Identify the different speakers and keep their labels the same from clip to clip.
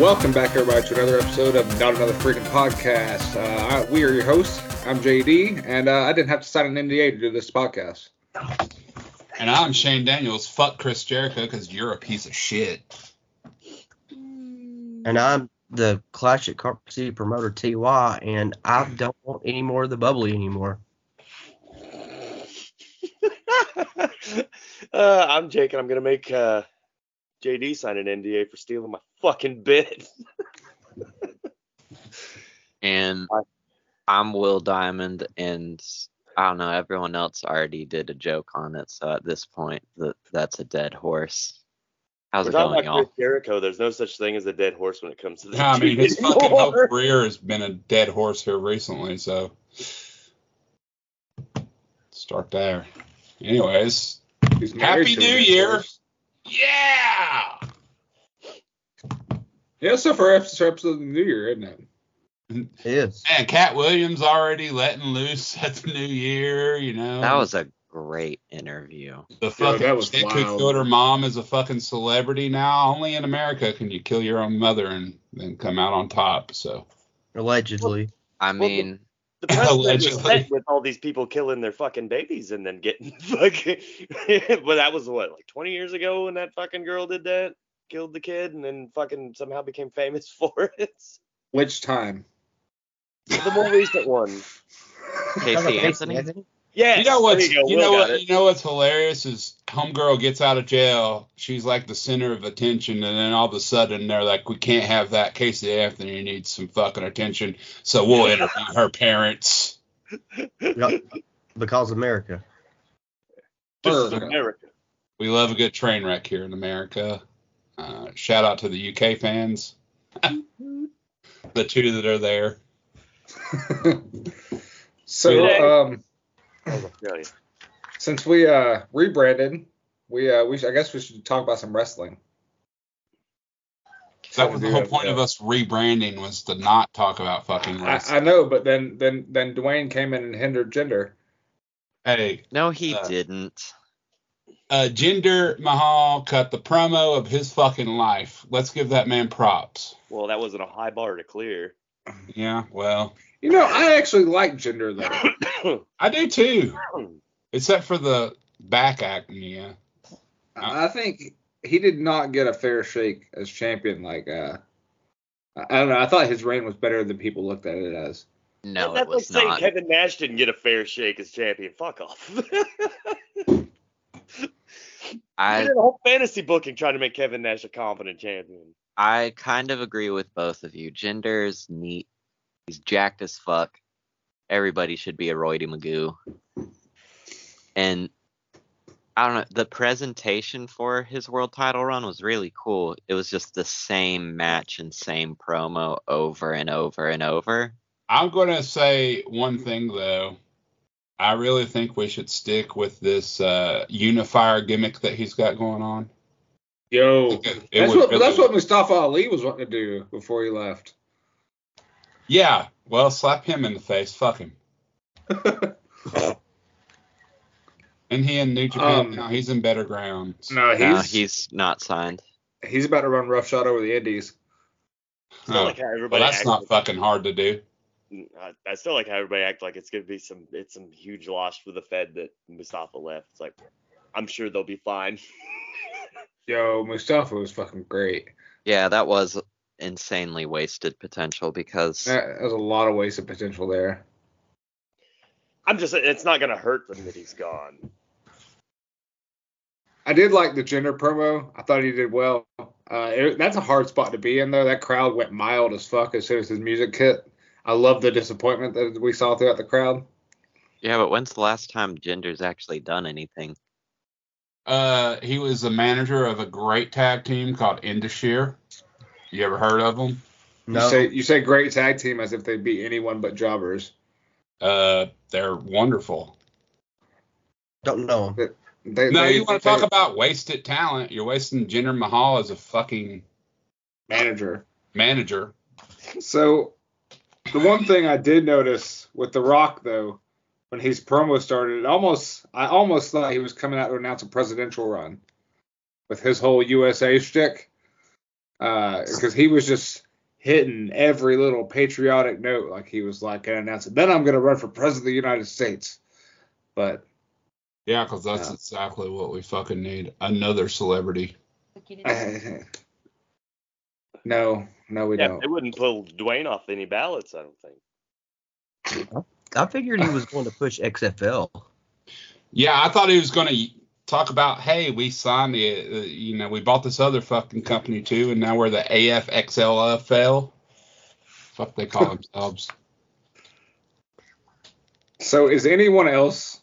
Speaker 1: Welcome back, everybody, to another episode of Not Another Freaking Podcast. Uh, I- we are your hosts. I'm JD, and uh, I didn't have to sign an NDA to do this podcast.
Speaker 2: And I'm Shane Daniels. Fuck Chris Jericho because you're a piece of shit.
Speaker 3: and I'm the Clash at Carp City promoter TY, and I don't want any more of the bubbly anymore.
Speaker 4: uh, I'm Jake, and I'm gonna make uh, JD sign an NDA for stealing my fucking bit.
Speaker 5: and I'm Will Diamond, and I don't know. Everyone else already did a joke on it, so at this point, th that's a dead horse. How's
Speaker 4: We're
Speaker 5: it
Speaker 4: talking
Speaker 5: going,
Speaker 4: about
Speaker 5: y'all?
Speaker 4: Chris Jericho. There's no such thing as a dead horse when it comes to this.
Speaker 2: I mean, his
Speaker 4: anymore.
Speaker 2: fucking whole career has been a dead horse here recently, so start there. Anyways,
Speaker 1: He's married
Speaker 2: Happy
Speaker 1: to
Speaker 2: New
Speaker 1: it, of
Speaker 2: Year.
Speaker 1: course.
Speaker 2: Yeah!
Speaker 1: Yeah, so for episode episode of the New Year, isn't it?
Speaker 3: It is.
Speaker 2: Man, Cat Williams already letting loose at the new year, you know.
Speaker 5: That was a great interview.
Speaker 2: the fucking
Speaker 1: that was
Speaker 2: chick
Speaker 1: wild.
Speaker 2: who killed her mom is a fucking celebrity now. Only in America can you kill your own mother and then come out on top. So
Speaker 3: Allegedly.
Speaker 5: I
Speaker 4: Well, the-
Speaker 5: mean,
Speaker 4: The president was
Speaker 2: Allegedly.
Speaker 4: upset with all these people killing their fucking babies and then getting fucking. but that was what, like 20 years ago when that fucking girl did that, killed the kid, and then fucking somehow became famous for it.
Speaker 1: Which time?
Speaker 4: The more recent one.
Speaker 5: Casey Anthony.
Speaker 4: Yeah.
Speaker 2: You know what's
Speaker 4: There you,
Speaker 2: you,
Speaker 4: go. Will
Speaker 2: know what
Speaker 4: got it.
Speaker 2: you know what's hilarious is homegirl gets out of jail, she's like the center of attention, and then all of a sudden they're like, we can't have that. Casey Anthony needs some fucking attention, so we'll interview her parents.
Speaker 3: because America.
Speaker 4: This is
Speaker 1: America.
Speaker 4: America.
Speaker 2: We love a good train wreck here in America. Uh, shout out to the UK fans, the two that are there.
Speaker 4: Today.
Speaker 1: so, um,
Speaker 4: That was Australia.
Speaker 1: since we uh, rebranded, we uh, we should, I guess we should talk about some wrestling.
Speaker 2: That was the whole point of us rebranding was to not talk about fucking
Speaker 1: I,
Speaker 2: race.
Speaker 1: I know, but then then then Dwayne came in and hindered gender.
Speaker 2: Hey,
Speaker 5: No, he
Speaker 2: Uh,
Speaker 5: didn't.
Speaker 2: uh, Jinder Mahal cut the promo of his fucking life. Let's give that man props.
Speaker 4: Well, that wasn't a high bar to clear.
Speaker 2: Yeah, well,
Speaker 1: You know, I actually like gender though.
Speaker 2: I do too, except for the back acne. Yeah.
Speaker 1: I think he did not get a fair shake as champion. Like, uh, I I don't know. I thought his reign was better than people looked at it as.
Speaker 5: No,
Speaker 4: That's
Speaker 5: it was
Speaker 4: like saying
Speaker 5: not.
Speaker 4: Kevin Nash didn't get a fair shake as champion. Fuck off. I
Speaker 5: I
Speaker 4: did a whole fantasy booking trying to make Kevin Nash a competent champion.
Speaker 5: I kind of agree with both of you. Gender's neat. He's jacked as fuck. Everybody should be a roidy magoo. And I don't know, the presentation for his world title run was really cool. It was just the same match and same promo over and over and over.
Speaker 2: I'm going to say one thing, though. I really think we should stick with this uh, unifier gimmick that he's got going on.
Speaker 1: Yo,
Speaker 2: It
Speaker 1: that's
Speaker 2: was
Speaker 1: what
Speaker 2: really-
Speaker 1: that's what Mustafa Ali was wanting to do before he left.
Speaker 2: yeah, well, slap him in the face. Fuck him. and he in New Japan
Speaker 1: Um,
Speaker 2: now. He's in better grounds.
Speaker 1: No, he's
Speaker 5: No,
Speaker 1: he's
Speaker 5: he's not signed.
Speaker 1: he's about to run roughshod over the Indies.
Speaker 4: I still
Speaker 2: Oh,
Speaker 4: like how
Speaker 2: Well,
Speaker 4: everybody
Speaker 2: that's
Speaker 4: acts
Speaker 2: not
Speaker 4: like-
Speaker 2: fucking hard to do.
Speaker 4: I- I still like how everybody act like it's gonna be some it's some huge loss for the Fed that Mustafa left. It's like I'm sure they'll be fine.
Speaker 1: Yo, Mustafa was fucking great.
Speaker 5: Yeah, that was insanely wasted potential because
Speaker 1: That, that was a lot of wasted potential there.
Speaker 4: I'm just it's not gonna hurt them that he's gone.
Speaker 1: I did like the gender promo. I thought he did well. Uh, it, that's a hard spot to be in though. That crowd went mild as fuck as soon as his music hit. I love the disappointment that we saw throughout the crowd.
Speaker 5: yeah, but when's the last time Gender's actually done anything?
Speaker 2: Uh, he was the manager of a great tag team called Indashir. You ever heard of them?
Speaker 1: You
Speaker 3: No.
Speaker 1: say you say great tag team as if they beat anyone but jobbers.
Speaker 2: Uh, they're wonderful.
Speaker 3: don't know him.
Speaker 1: They,
Speaker 2: No,
Speaker 1: they-
Speaker 2: you want to
Speaker 1: they-
Speaker 2: talk about wasted talent? You're wasting Jinder Mahal as a fucking
Speaker 1: manager.
Speaker 2: manager.
Speaker 1: So the one thing I did notice with The Rock though, when his promo started, it almost I almost thought he was coming out to announce a presidential run with his whole USA shtick, because uh, he was just hitting every little patriotic note like he was like gonna announce it. Then I'm gonna run for president of the United States. But
Speaker 2: Yeah, because that's
Speaker 1: Yeah.
Speaker 2: exactly what we fucking need. Another celebrity.
Speaker 1: no, no, we
Speaker 4: Yeah,
Speaker 1: don't.
Speaker 4: they wouldn't pull Dwayne off any ballots, I don't think.
Speaker 3: I figured he was going to push XFL.
Speaker 2: Yeah, I thought he was going to talk about, hey, we signed the, uh, you know, we bought this other fucking company too, and now we're the AFXLFL. Fuck, they call themselves.
Speaker 1: So is anyone else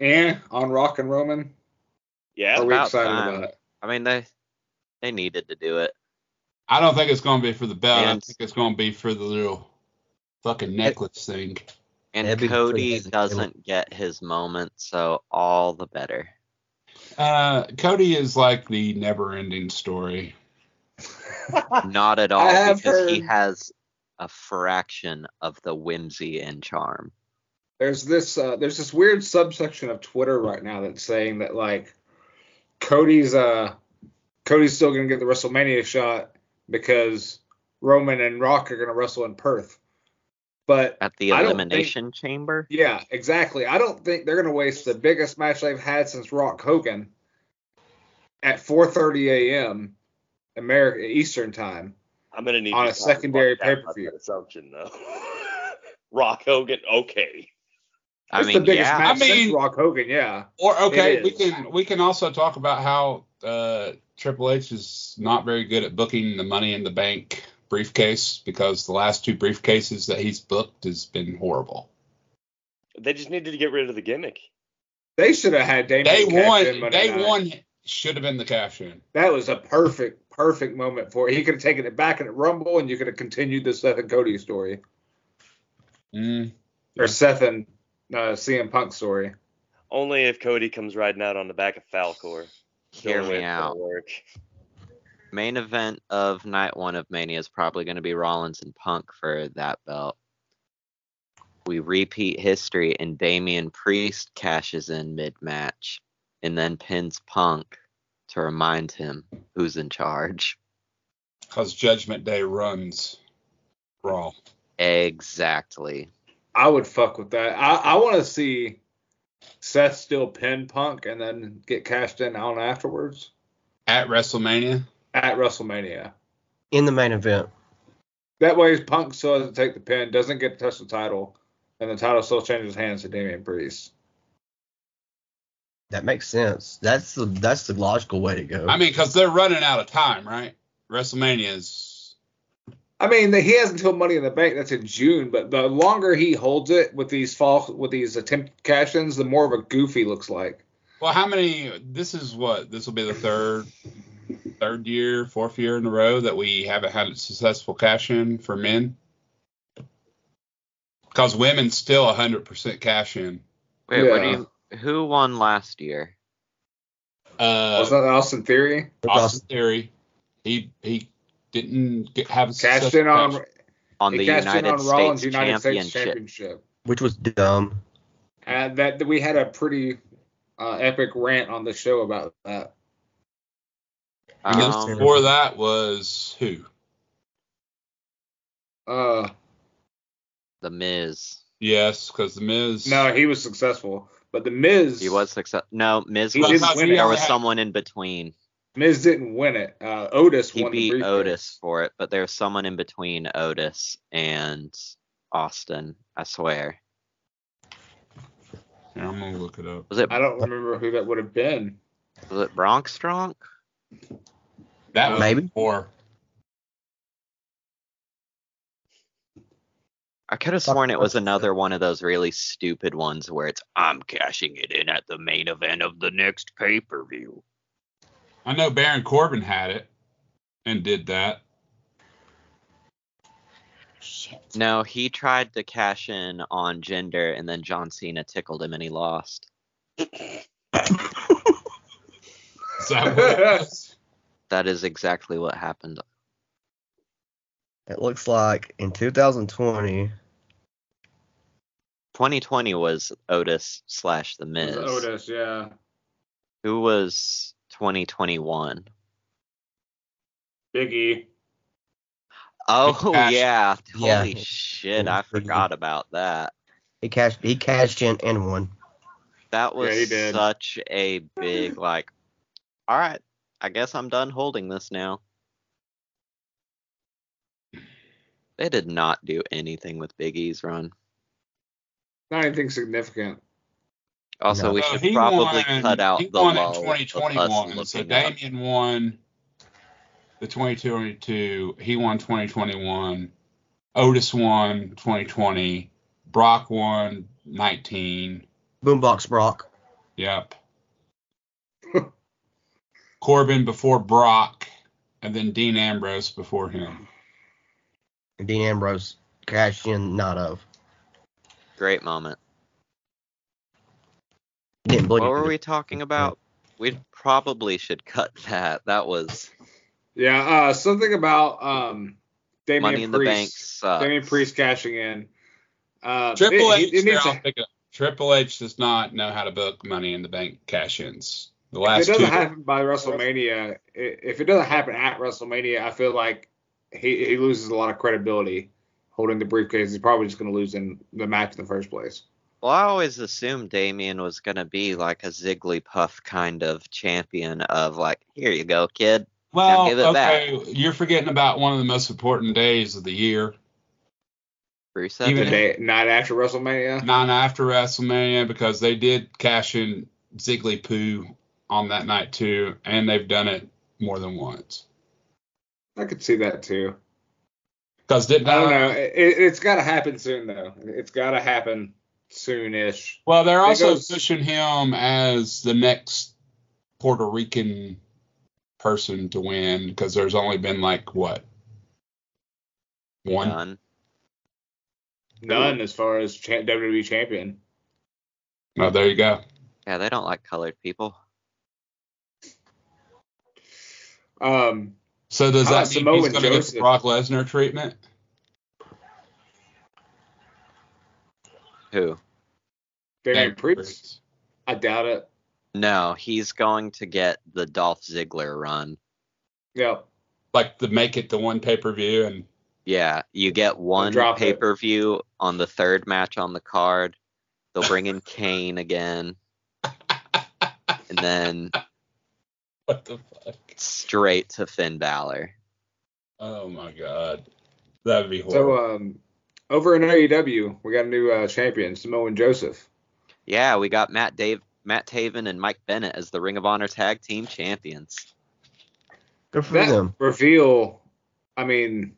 Speaker 1: eh on Rock and Roman?
Speaker 4: Yeah.
Speaker 1: Are we
Speaker 5: about
Speaker 1: excited
Speaker 5: time.
Speaker 1: about it?
Speaker 5: I mean, they they needed to do it.
Speaker 2: I don't think it's going to be for the belt. I
Speaker 5: And-
Speaker 2: think it's going to be for the little fucking necklace thing.
Speaker 5: And
Speaker 3: That'd be pretty
Speaker 5: Cody
Speaker 3: amazing.
Speaker 5: doesn't get his moment, so all the better.
Speaker 2: Uh, Cody is like the never-ending story.
Speaker 5: Not at all,
Speaker 1: Ah, have
Speaker 5: because he
Speaker 1: heard-
Speaker 5: has a fraction of the whimsy and charm.
Speaker 1: There's this uh, there's this weird subsection of Twitter right now that's saying that like Cody's uh Cody's still gonna get the WrestleMania shot because Roman and Rock are gonna wrestle in Perth. But
Speaker 5: At the
Speaker 1: I don't think-
Speaker 5: elimination chamber,
Speaker 1: yeah, exactly. I don't think they're gonna waste the biggest match they've had since Rock Hogan at 4:30 a.m. America Eastern time.
Speaker 4: I'm gonna need
Speaker 1: on
Speaker 4: you
Speaker 1: a
Speaker 4: to talk
Speaker 1: secondary
Speaker 4: about that, about
Speaker 1: pay-per-view.
Speaker 4: that Assumption though. Rock Hogan, okay.
Speaker 5: I
Speaker 1: it's
Speaker 5: mean,
Speaker 1: the biggest
Speaker 5: yeah,
Speaker 1: match
Speaker 2: I mean-
Speaker 1: since Rock Hogan. Yeah.
Speaker 2: Or okay,
Speaker 1: It
Speaker 2: we
Speaker 1: is.
Speaker 2: can we can also talk about how uh, Triple H is not very good at booking the Money in the Bank briefcase because the last two briefcases that he's booked has been horrible.
Speaker 4: They just needed to get rid of the gimmick.
Speaker 1: They should have had Damon.
Speaker 2: Day
Speaker 1: Cash
Speaker 2: one,
Speaker 1: in Monday
Speaker 2: day
Speaker 1: night.
Speaker 2: one should have been the cash in.
Speaker 1: That was a perfect, perfect moment for it. He could have taken it back in at Rumble, and you could have continued the Seth and Cody story,
Speaker 2: Mm.
Speaker 1: or Seth and uh, CM Punk story.
Speaker 4: Only if Cody comes riding out on the back of Falcor.
Speaker 5: hear
Speaker 4: Only way
Speaker 5: me
Speaker 4: it's gonna
Speaker 5: out.
Speaker 4: Work.
Speaker 5: Main event of night one of Mania is probably going to be Rollins and Punk for that belt. We repeat history, and Damian Priest cashes in mid match and then pins Punk to remind him who's in charge.
Speaker 2: Because Judgment Day runs Raw.
Speaker 5: Exactly.
Speaker 1: I would fuck with that. I, I want to see Seth still pin Punk and then get cashed in on afterwards
Speaker 2: At WrestleMania,
Speaker 1: at WrestleMania.
Speaker 3: In the main event,
Speaker 1: That way, Punk still doesn't take the pin, doesn't get to touch the title, and the title still changes hands to Damian Priest.
Speaker 3: that makes sense. That's the that's the logical way to go.
Speaker 2: I mean, because they're running out of time, right? WrestleMania is
Speaker 1: I mean, the, he has until Money in the Bank. That's in June, but the longer he holds it with these false, with these attempt cash-ins, the more of a goofy looks like.
Speaker 2: Well, how many? This is what this will be the third, third year, fourth year in a row that we haven't had a successful cash in for men. Because women still 100% cash in.
Speaker 5: Wait, what do
Speaker 1: Yeah.
Speaker 5: you? Who won last year?
Speaker 2: Uh,
Speaker 1: Wasn't that Austin Theory
Speaker 2: Austin Theory, he he didn't get, have a
Speaker 1: cashed
Speaker 2: successful
Speaker 1: in on
Speaker 2: cash-
Speaker 5: On
Speaker 1: he
Speaker 5: the
Speaker 1: cashed
Speaker 5: United
Speaker 1: in on Rollins
Speaker 5: States
Speaker 1: United
Speaker 5: Championship.
Speaker 1: States Championship?
Speaker 3: which was dumb.
Speaker 1: And that that we had a pretty uh, epic rant on the show about that.
Speaker 2: And then
Speaker 5: Um,
Speaker 2: before that was who?
Speaker 1: Uh,
Speaker 5: the Miz.
Speaker 2: Yes, because the Miz.
Speaker 1: no, he was successful, but the Miz
Speaker 5: He was successful. No, Miz
Speaker 1: He
Speaker 5: was.
Speaker 1: didn't win it.
Speaker 5: there was
Speaker 2: Yeah.
Speaker 5: someone in between.
Speaker 1: Miz didn't win it. Uh, Otis
Speaker 5: He
Speaker 1: won the
Speaker 5: beat
Speaker 1: briefcase.
Speaker 5: Otis for it, but there was someone in between Otis and Austin. I swear.
Speaker 2: Here, I'm gonna look it up.
Speaker 5: Was it
Speaker 1: I don't remember who that would have been.
Speaker 5: was it Bronx Strong?
Speaker 2: That was
Speaker 3: Maybe.
Speaker 2: before.
Speaker 5: I could have sworn it was another one of those really stupid ones where it's I'm cashing it in at the main event of the next pay per view.
Speaker 2: I know Baron Corbin had it and did that.
Speaker 5: No, he tried to cash in on gender, and then John Cena tickled him, and he lost.
Speaker 2: Is that what it was?
Speaker 5: That is exactly what happened.
Speaker 3: It looks like in 2020,
Speaker 5: 2020 was Otis slash The
Speaker 1: It was
Speaker 5: Miz.
Speaker 1: Otis, yeah.
Speaker 5: Who was 2021?
Speaker 1: Biggie.
Speaker 5: Oh
Speaker 2: Cash.
Speaker 5: yeah.
Speaker 3: Yeah.
Speaker 5: Holy shit,
Speaker 3: Yeah,
Speaker 5: I
Speaker 3: pretty good.
Speaker 5: forgot about that.
Speaker 3: He cashed. He cashed in and won.
Speaker 5: That
Speaker 1: Yeah, he
Speaker 5: was
Speaker 1: did.
Speaker 5: such a big like all right, I guess I'm done holding this now. They did not do anything with Big E's run.
Speaker 1: Not anything significant.
Speaker 5: Also,
Speaker 3: No.
Speaker 5: we
Speaker 2: So
Speaker 5: should
Speaker 2: he
Speaker 5: probably
Speaker 2: won-
Speaker 5: cut out
Speaker 2: he
Speaker 5: the
Speaker 2: won
Speaker 5: lull
Speaker 2: in
Speaker 5: of
Speaker 2: 2021.
Speaker 5: us
Speaker 2: So
Speaker 5: looking up.
Speaker 2: Damien won the 2022. He won 2021. Otis won 2020. Brock won 19.
Speaker 3: Boombox Brock.
Speaker 2: Yep. Corbin before Brock, and then Dean Ambrose before him.
Speaker 3: Dean Ambrose cashed in. Not of.
Speaker 5: Great moment.
Speaker 3: Didn't blink.
Speaker 5: What were we talking about? We probably should cut that. That was
Speaker 1: Yeah, uh, something about um, Damian
Speaker 5: Money in the
Speaker 1: Priest.
Speaker 5: Bank sucks.
Speaker 1: Damian Priest cashing in. Uh,
Speaker 2: Triple
Speaker 1: he-
Speaker 2: H.
Speaker 1: he needs
Speaker 2: I'll
Speaker 1: to-
Speaker 2: pick it up. Triple H does not know how to book Money in the Bank cash-ins. The
Speaker 1: if
Speaker 2: last
Speaker 1: it
Speaker 2: two.
Speaker 1: doesn't happen by WrestleMania, i- if it doesn't happen at WrestleMania, I feel like he, he loses a lot of credibility holding the briefcase. He's probably just going to lose in the match in the first place.
Speaker 5: Well, I always assumed Damien was gonna be like a Zigglypuff kind of champion of like, here you go, kid.
Speaker 2: Well,
Speaker 5: give it back.
Speaker 2: okay, you're forgetting about one of the most important days of the year.
Speaker 5: Rusev.
Speaker 1: The
Speaker 2: Even-
Speaker 1: day, night after WrestleMania.
Speaker 2: Not after WrestleMania because they did cash in Ziggly Poo on that night too, and they've done it more than once.
Speaker 1: I could see that too.
Speaker 2: Because didn't
Speaker 1: I don't
Speaker 5: Uh,
Speaker 1: know. It, it's got to happen soon though. It's got to happen soon-ish.
Speaker 2: Well, they're
Speaker 1: It
Speaker 2: also
Speaker 1: goes-
Speaker 2: pushing him as the next Puerto Rican person to win because there's only been like what one.
Speaker 5: Done.
Speaker 1: None as far as cha- WWE champion.
Speaker 2: Oh, there you go.
Speaker 5: Yeah, they don't like colored people.
Speaker 1: Um,
Speaker 2: So does
Speaker 1: How
Speaker 2: that
Speaker 1: about
Speaker 2: mean
Speaker 1: Samoan
Speaker 2: he's going to get
Speaker 1: Joseph?
Speaker 2: the Brock Lesnar treatment?
Speaker 5: Who?
Speaker 1: Damian Priest. I doubt it.
Speaker 5: No, he's going to get the Dolph Ziggler run.
Speaker 1: Yep.
Speaker 2: Like the make it to one pay per view and
Speaker 5: Yeah, you get one
Speaker 1: drop it.
Speaker 5: pay per view on the third match on the card. They'll bring in Kane again. And then
Speaker 2: what the fuck?
Speaker 5: straight to Finn Balor.
Speaker 2: Oh my god, that'd be horrible.
Speaker 1: So um, over in AEW, we got a new uh, champion, Samoan Joseph.
Speaker 5: Yeah, we got Matt Dave Matt Taven and Mike Bennett as the Ring of Honor Tag Team Champions.
Speaker 3: Good for
Speaker 1: That
Speaker 3: them.
Speaker 1: reveal, I mean,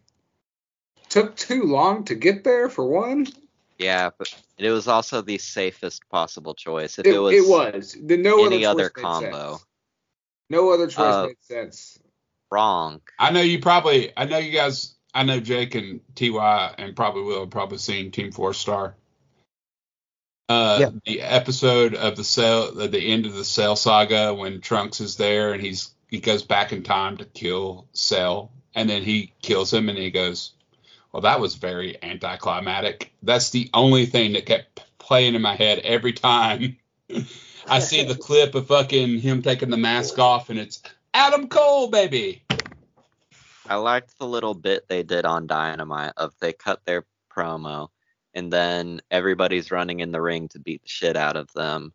Speaker 1: took too long to get there for one.
Speaker 5: Yeah, but it was also the safest possible choice. If
Speaker 1: It,
Speaker 5: it,
Speaker 1: it
Speaker 5: was,
Speaker 1: was. The- no
Speaker 5: any
Speaker 1: other,
Speaker 5: other
Speaker 1: choice made
Speaker 5: combo.
Speaker 1: sense. No other choice
Speaker 5: Uh,
Speaker 1: made sense.
Speaker 5: wrong,
Speaker 2: I know you probably, I know you guys, I know Jake and Ty and probably will have probably seen Team Four Star. Uh,
Speaker 3: Yeah.
Speaker 2: the episode of the cell, at the end of the Cell saga, when Trunks is there and he's he goes back in time to kill Cell, and then he kills him, and he goes, "Well, that was very anticlimactic." That's the only thing that kept p- playing in my head every time I see the clip of fucking him taking the mask off, and it's Adam Cole, baby.
Speaker 5: I liked the little bit they did on Dynamite of they cut their promo and then everybody's running in the ring to beat the shit out of them.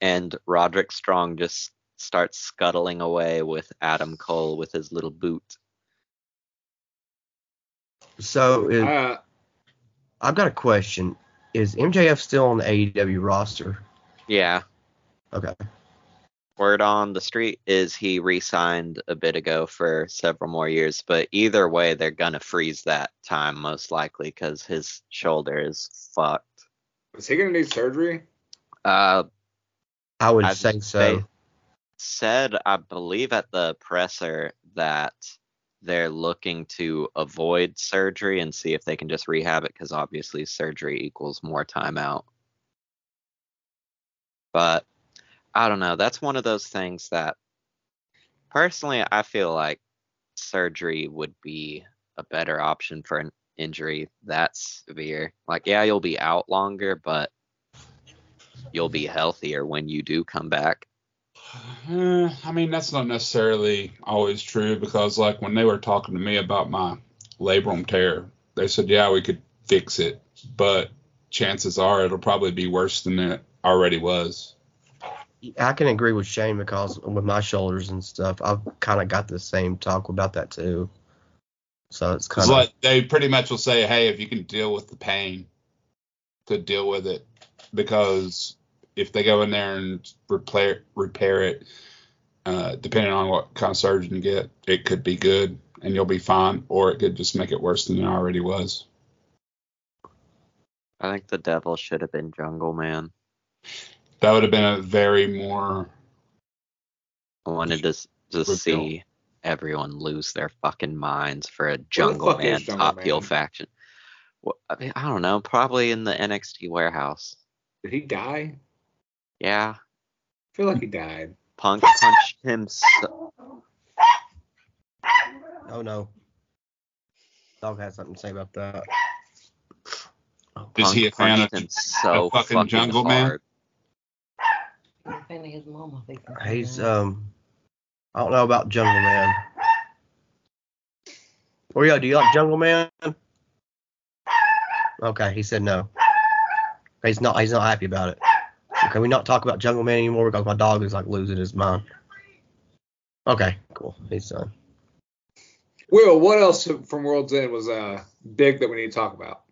Speaker 5: And Roderick Strong just starts scuttling away with Adam Cole with his little boot. oh,
Speaker 3: So uh,
Speaker 1: Uh,
Speaker 3: I've got a question. Is MJF still on the AEW roster?
Speaker 5: Yeah.
Speaker 3: Okay.
Speaker 5: Word on the street is he re signed a bit ago for several more years, but either way, they're going to freeze that time most likely because his shoulder is fucked.
Speaker 1: is he gonna need surgery?
Speaker 5: Uh,
Speaker 3: I would
Speaker 5: I
Speaker 3: say
Speaker 5: think
Speaker 3: so.
Speaker 5: they- said, I believe, at the presser that they're looking to avoid surgery and see if they can just rehab it because obviously surgery equals more time out. But I don't know. That's one of those things that personally I feel like surgery would be a better option for an injury that severe. Like, yeah, you'll be out longer, but you'll be healthier when you do come back.
Speaker 2: Eh, I mean, that's not necessarily always true because, like, when they were talking to me about my labrum tear. They said, yeah, we could fix it, but chances are it'll probably be worse than it already was.
Speaker 3: I can agree with Shane because with my shoulders and stuff, I've kind of got the same talk about that too. So it's
Speaker 2: It's
Speaker 3: kind of
Speaker 2: like they pretty much will say, hey, if you can deal with the pain, could deal with it. Because if they go in there and repair, repair it, uh, depending on what kind of surgeon you get, it could be good and you'll be fine, or it could just make it worse than it already was.
Speaker 5: I think the devil should have been Jungle Man.
Speaker 2: That would have been a very more.
Speaker 5: I wanted to s- just
Speaker 2: Reveal.
Speaker 5: see everyone lose their fucking minds for a Jungle
Speaker 1: fuck is
Speaker 5: Man
Speaker 1: Jungle
Speaker 5: top heel
Speaker 1: Man?
Speaker 5: faction. Well, I mean, I don't know. Probably in the NXT warehouse.
Speaker 1: Did he die?
Speaker 5: Yeah,
Speaker 1: I feel like he died.
Speaker 5: Punk punched him. So-
Speaker 3: oh no, dog has something to say about that.
Speaker 2: Is
Speaker 5: Punk
Speaker 2: he a fan
Speaker 5: punched
Speaker 2: of-
Speaker 5: him so
Speaker 2: of fucking Jungle Man?
Speaker 5: hard.
Speaker 6: I'm offending his mama. They can-
Speaker 3: He's um, I don't know about Jungle Man. Oreo, do you like Jungle Man? Okay, he said no. He's not. He's not happy about it. Can we not talk about Jungle Man anymore because my dog is like losing his mind? Okay, cool. He's done.
Speaker 1: Will, what else from World's End was uh big that we need to talk about?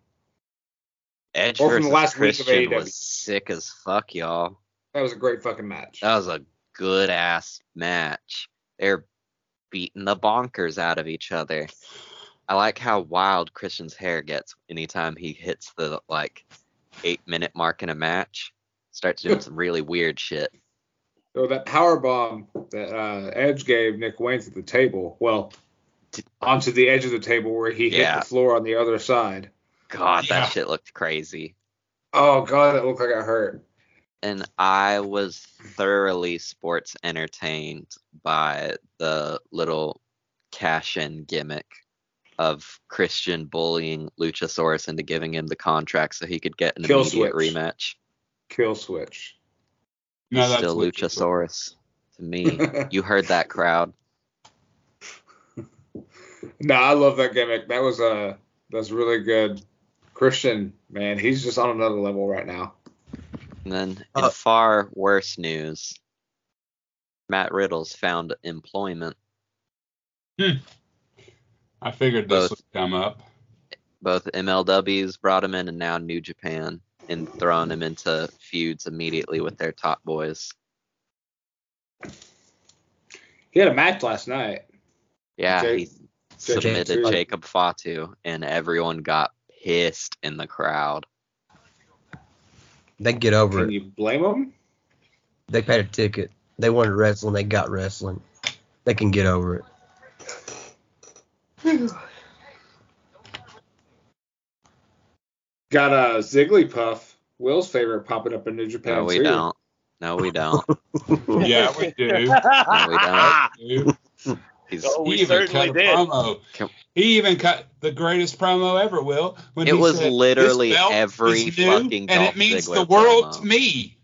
Speaker 5: Edge
Speaker 1: Or from the
Speaker 5: versus
Speaker 1: last week of
Speaker 5: Christian
Speaker 1: AEW.
Speaker 5: was sick as fuck, y'all.
Speaker 1: That was a great fucking match.
Speaker 5: That was a good ass match. They're beating the bonkers out of each other. I like how wild Christian's hair gets anytime he hits the like eight minute mark in a match. Starts doing some really weird shit.
Speaker 1: So that power bomb that uh, Edge gave Nick Wayne at the table, well, onto the edge of the table where he hit
Speaker 5: Yeah.
Speaker 1: the floor on the other side.
Speaker 5: God,
Speaker 2: Yeah.
Speaker 5: that shit looked crazy.
Speaker 1: Oh god, that looked like it hurt.
Speaker 5: And I was thoroughly sports entertained by the little cash in gimmick of Christian bullying Luchasaurus into giving him the contract so he could get an
Speaker 1: Kill
Speaker 5: immediate
Speaker 1: switch.
Speaker 5: rematch.
Speaker 1: Kill switch.
Speaker 2: No, that's
Speaker 5: Still
Speaker 2: what-
Speaker 5: Luchasaurus to me. you heard that crowd.
Speaker 1: No, I love that gimmick. That was uh that's really good. Christian, man, he's just on another level right now.
Speaker 5: And then
Speaker 3: Uh,
Speaker 5: in far worse news, Matt Riddle's found employment.
Speaker 2: I figured this
Speaker 5: Both.
Speaker 2: would come up.
Speaker 5: both MLW's brought him in and now New Japan and thrown him into feuds immediately with their top boys.
Speaker 1: He had a match last night.
Speaker 5: Yeah,
Speaker 1: Ja-
Speaker 5: he
Speaker 1: Ja-
Speaker 5: submitted
Speaker 1: Ja-
Speaker 5: Jacob Fatu and everyone got pissed in the crowd.
Speaker 3: They can get over
Speaker 1: Can
Speaker 3: it.
Speaker 1: you blame him?
Speaker 3: They paid a ticket. They wanted wrestling. They got wrestling. They can get over it.
Speaker 1: Got a uh, Zigglypuff, Will's favorite, popping up in New Japan.
Speaker 5: No, we
Speaker 1: too.
Speaker 5: don't. No, we don't.
Speaker 2: Yeah, we do.
Speaker 5: we don't.
Speaker 2: Dude.
Speaker 5: He's,
Speaker 4: Oh, we
Speaker 2: he even
Speaker 4: certainly
Speaker 2: cut a
Speaker 4: did.
Speaker 2: promo.
Speaker 5: Can-
Speaker 2: He even cut the greatest promo ever, Will. When
Speaker 5: it
Speaker 2: he
Speaker 5: was
Speaker 2: said,
Speaker 5: literally
Speaker 2: "This belt
Speaker 5: every
Speaker 2: is new,
Speaker 5: fucking
Speaker 2: and
Speaker 5: Dolph
Speaker 2: it means
Speaker 5: Ziggler
Speaker 2: the world
Speaker 5: promo.
Speaker 2: to me.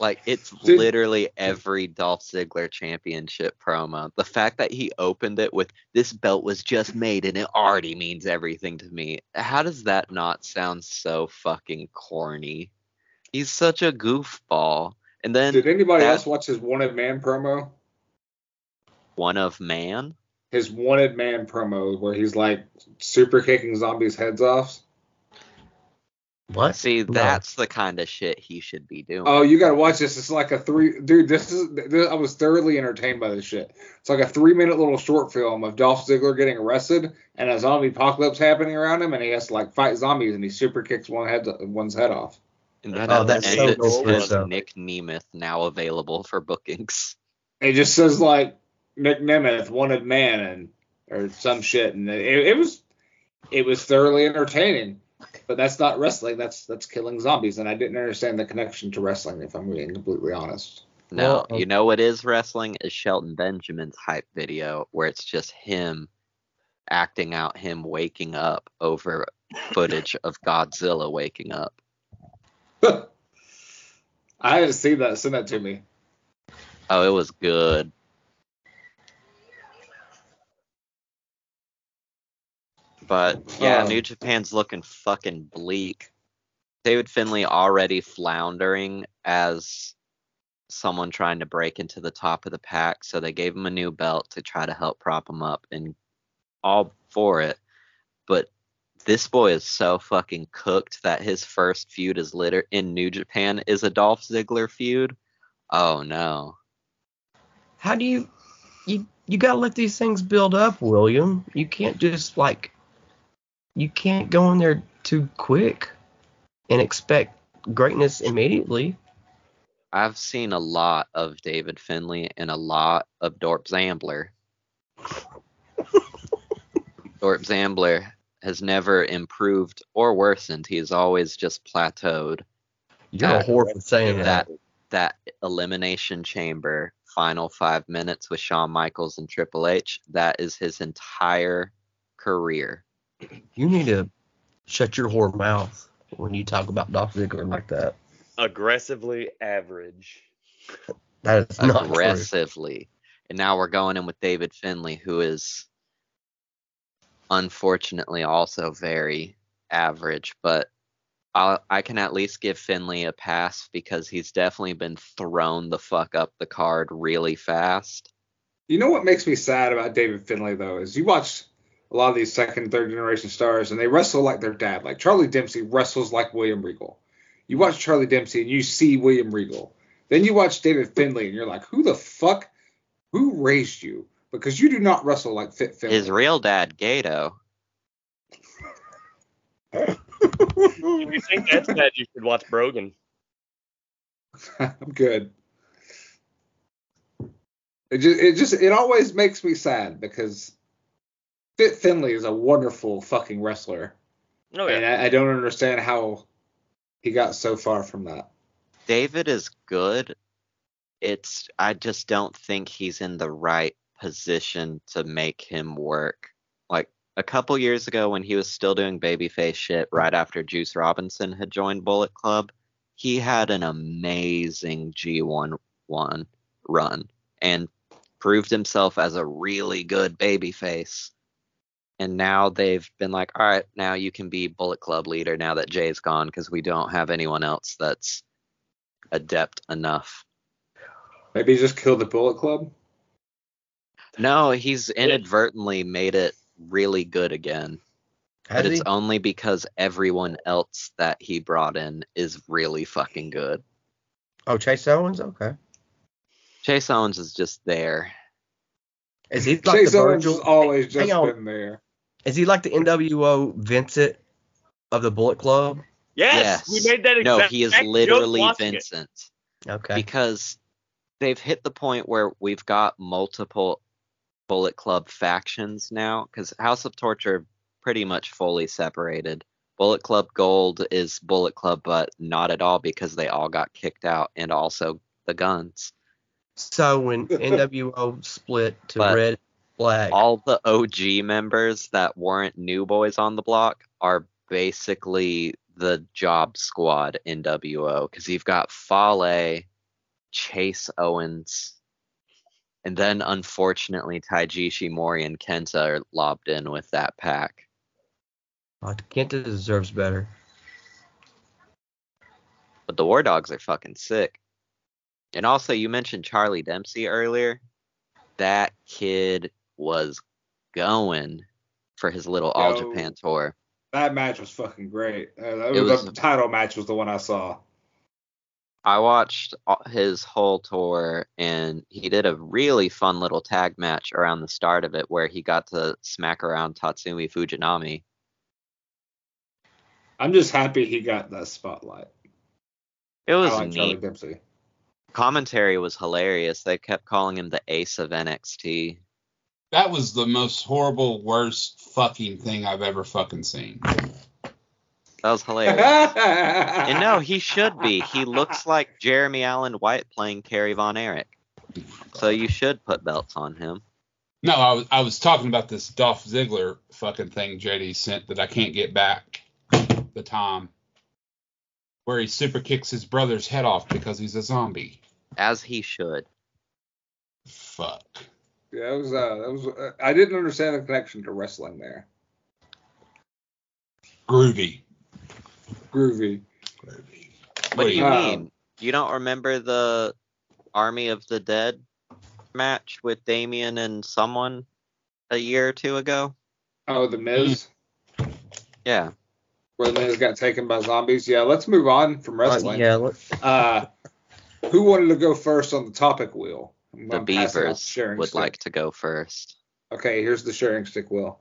Speaker 5: Like it's
Speaker 1: Did-
Speaker 5: literally every Dolph Ziggler championship promo. The fact that he opened it with this belt was just made and it already means everything to me. How does that not sound so fucking corny? He's such a goofball. And then
Speaker 1: Did anybody
Speaker 5: that-
Speaker 1: else watch his wanted man promo?
Speaker 5: one of man.
Speaker 1: His wanted man promo where he's like super kicking zombies' heads off.
Speaker 3: What?
Speaker 5: See,
Speaker 3: No.
Speaker 5: that's the kind of shit he should be doing.
Speaker 1: Oh, you gotta watch this. It's like a three, dude. This is. This, I was thoroughly entertained by this shit. It's like a three-minute little short film of Dolph Ziggler getting arrested and a zombie apocalypse happening around him, and he has to like fight zombies, and he super kicks one head, one's head off.
Speaker 5: and then
Speaker 3: Oh,
Speaker 5: at
Speaker 3: that's
Speaker 5: the
Speaker 4: so
Speaker 5: end it
Speaker 4: cool.
Speaker 5: says
Speaker 3: So-
Speaker 5: Nick Nemeth now available for bookings.
Speaker 1: It just says like Nick Nemeth, wanted man, and or some shit, and it, it was, it was thoroughly entertaining. But that's not wrestling. That's that's killing zombies, and I didn't understand the connection to wrestling. If I'm being completely honest.
Speaker 5: No,
Speaker 3: Well,
Speaker 5: you know what is wrestling is Shelton Benjamin's hype video where it's just him acting out him waking up over footage of Godzilla waking up.
Speaker 1: I haven't seen that. Send that to me.
Speaker 5: Oh, it was good. But yeah,
Speaker 1: Um,
Speaker 5: New Japan's looking fucking bleak. David Finley already floundering as someone trying to break into the top of the pack, so they gave him a new belt to try to help prop him up and all for it. But this boy is so fucking cooked that his first feud is litter in New Japan is a Dolph Ziggler feud. Oh no.
Speaker 3: How do you you you gotta let these things build up, William? You can't just like you can't go in there too quick and expect greatness immediately.
Speaker 5: I've seen a lot of David Finley and a lot of Dorp Zambler. Dorp Zambler has never improved or worsened. He's always just plateaued.
Speaker 3: You're
Speaker 5: Yeah.
Speaker 3: a whore for saying that.
Speaker 5: That that elimination chamber final five minutes with Shawn Michaels and Triple H, that is his entire career.
Speaker 3: You need to shut your whore mouth when you talk about Dolph Ziggler like that.
Speaker 4: Aggressively average.
Speaker 3: That is not true.
Speaker 5: aggressively. And now we're going in with David Finley, who is unfortunately also very average, but I'll, I can at least give Finley a pass because he's definitely been thrown the fuck up the card really fast.
Speaker 1: You know what makes me sad about David Finlay though is you watch a lot of these second, third generation stars and they wrestle like their dad. Like Charlie Dempsey wrestles like William Regal. You watch Charlie Dempsey and you see William Regal. Then you watch David Finlay and you're like, who the fuck? Who raised you? Because you do not wrestle like Fit Finlay.
Speaker 5: His real dad, Gato,
Speaker 4: If you think that's bad, you should watch Brogan.
Speaker 1: I'm good. It just, it just, it always makes me sad because Fit Finley is a wonderful fucking wrestler,
Speaker 4: Oh
Speaker 1: and
Speaker 4: yeah.
Speaker 1: I, I don't understand how he got so far from that.
Speaker 5: David is good. It's I just don't think he's in the right position to make him work. Like a couple years ago when he was still doing babyface shit right after Juice Robinson had joined Bullet Club, he had an amazing G1 one run and proved himself as a really good babyface. And now they've been like, all right, now you can be Bullet Club leader now that Jay's gone because we don't have anyone else that's adept enough.
Speaker 1: Maybe he just killed the Bullet Club.
Speaker 5: No, he's inadvertently made it really good again.
Speaker 3: Has
Speaker 5: but
Speaker 3: he?
Speaker 5: it's only because everyone else that he brought in is really fucking good.
Speaker 3: Oh, Chase Owens? Okay.
Speaker 5: Chase Owens is just there.
Speaker 3: Is he like
Speaker 1: Chase
Speaker 3: the
Speaker 1: Owens
Speaker 3: Virgil?
Speaker 1: has always just
Speaker 3: on.
Speaker 1: been there.
Speaker 3: Is he like the NWO Vincent of the Bullet Club?
Speaker 4: Yes,
Speaker 5: yes.
Speaker 4: we made that
Speaker 5: No,
Speaker 4: exact
Speaker 5: he is
Speaker 4: joke
Speaker 5: literally
Speaker 4: watching it.
Speaker 5: Vincent.
Speaker 3: Okay.
Speaker 5: because they've hit the point where we've got multiple Bullet Club factions now. Because House of Torture pretty much fully separated. Bullet Club Gold is Bullet Club, but not at all because they all got kicked out, and also the guns.
Speaker 3: So when NWO split to
Speaker 5: But-
Speaker 3: red black,
Speaker 5: All the OG members that weren't new boys on the block are basically the job squad in WO because you've got Fale, Chase Owens, and then unfortunately Taijishi Mori and Kenta are lobbed in with that pack.
Speaker 3: oh, Kenta deserves better.
Speaker 5: But the War Dogs are fucking sick. And also, you mentioned Charlie Dempsey earlier. That kid was going for his little All
Speaker 1: Yo.
Speaker 5: Japan tour.
Speaker 1: That match was fucking great. Uh, that
Speaker 5: It
Speaker 1: was,
Speaker 5: was-
Speaker 1: the title match was the one I saw.
Speaker 5: I watched a- his whole tour, and he did a really fun little tag match around the start of it where he got to smack around Tatsumi Fujinami.
Speaker 1: I'm just happy he got that spotlight.
Speaker 5: It was
Speaker 1: Oh, I like Charlie
Speaker 5: neat.
Speaker 1: Dempsey.
Speaker 5: Commentary was hilarious. They kept calling him the ace of NXT.
Speaker 2: That was the most horrible, worst fucking thing I've ever fucking seen.
Speaker 5: That was hilarious. And
Speaker 1: and
Speaker 5: no, he should be. He looks like Jeremy Allen White playing Kerry Von Erich. So you should put belts on him.
Speaker 2: No, I was I was talking about this Dolph Ziggler fucking thing JD sent that I can't get back the time where he super kicks his brother's head off because he's a zombie.
Speaker 5: As he should.
Speaker 2: Fuck.
Speaker 1: Yeah, that was uh, that was. Uh, I didn't understand the connection to wrestling there.
Speaker 2: Groovy.
Speaker 1: Groovy.
Speaker 2: Groovy.
Speaker 5: What do you
Speaker 1: Uh,
Speaker 5: mean? You don't remember the Army of the Dead match with Damien and someone a year or two ago?
Speaker 1: Oh, the
Speaker 5: Mm.
Speaker 1: Miz.
Speaker 5: Yeah.
Speaker 1: Where the Miz got taken by zombies. Yeah, let's move on from
Speaker 3: Uh,
Speaker 1: wrestling.
Speaker 3: yeah, let-
Speaker 1: Uh, who wanted to go first on the topic wheel? I'm
Speaker 5: The
Speaker 1: gonna pass it on
Speaker 5: Beavers
Speaker 1: sharing
Speaker 5: would
Speaker 1: stick.
Speaker 5: like to go first.
Speaker 1: Okay, here's the sharing stick wheel.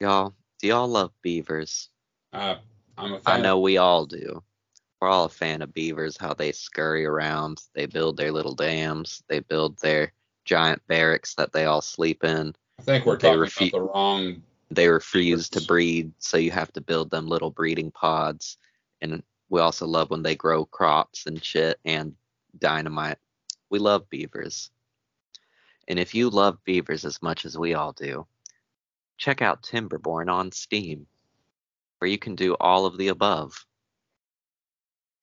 Speaker 5: Y'all, do y'all love beavers?
Speaker 2: Uh, I'm a
Speaker 5: I
Speaker 2: fan.
Speaker 5: know we all do. We're all a fan of beavers, how they scurry around, they build their little dams, they build their giant barracks that they all sleep in.
Speaker 2: I think we're
Speaker 5: They
Speaker 2: talking
Speaker 5: refu-
Speaker 2: about the wrong.
Speaker 5: they refuse to
Speaker 2: Yes.
Speaker 5: breed, so you have to build them little breeding pods. And we also love when they grow crops and shit and dynamite. We love beavers. And if you love beavers as much as we all do, check out Timberborn on Steam, where you can do all of the above.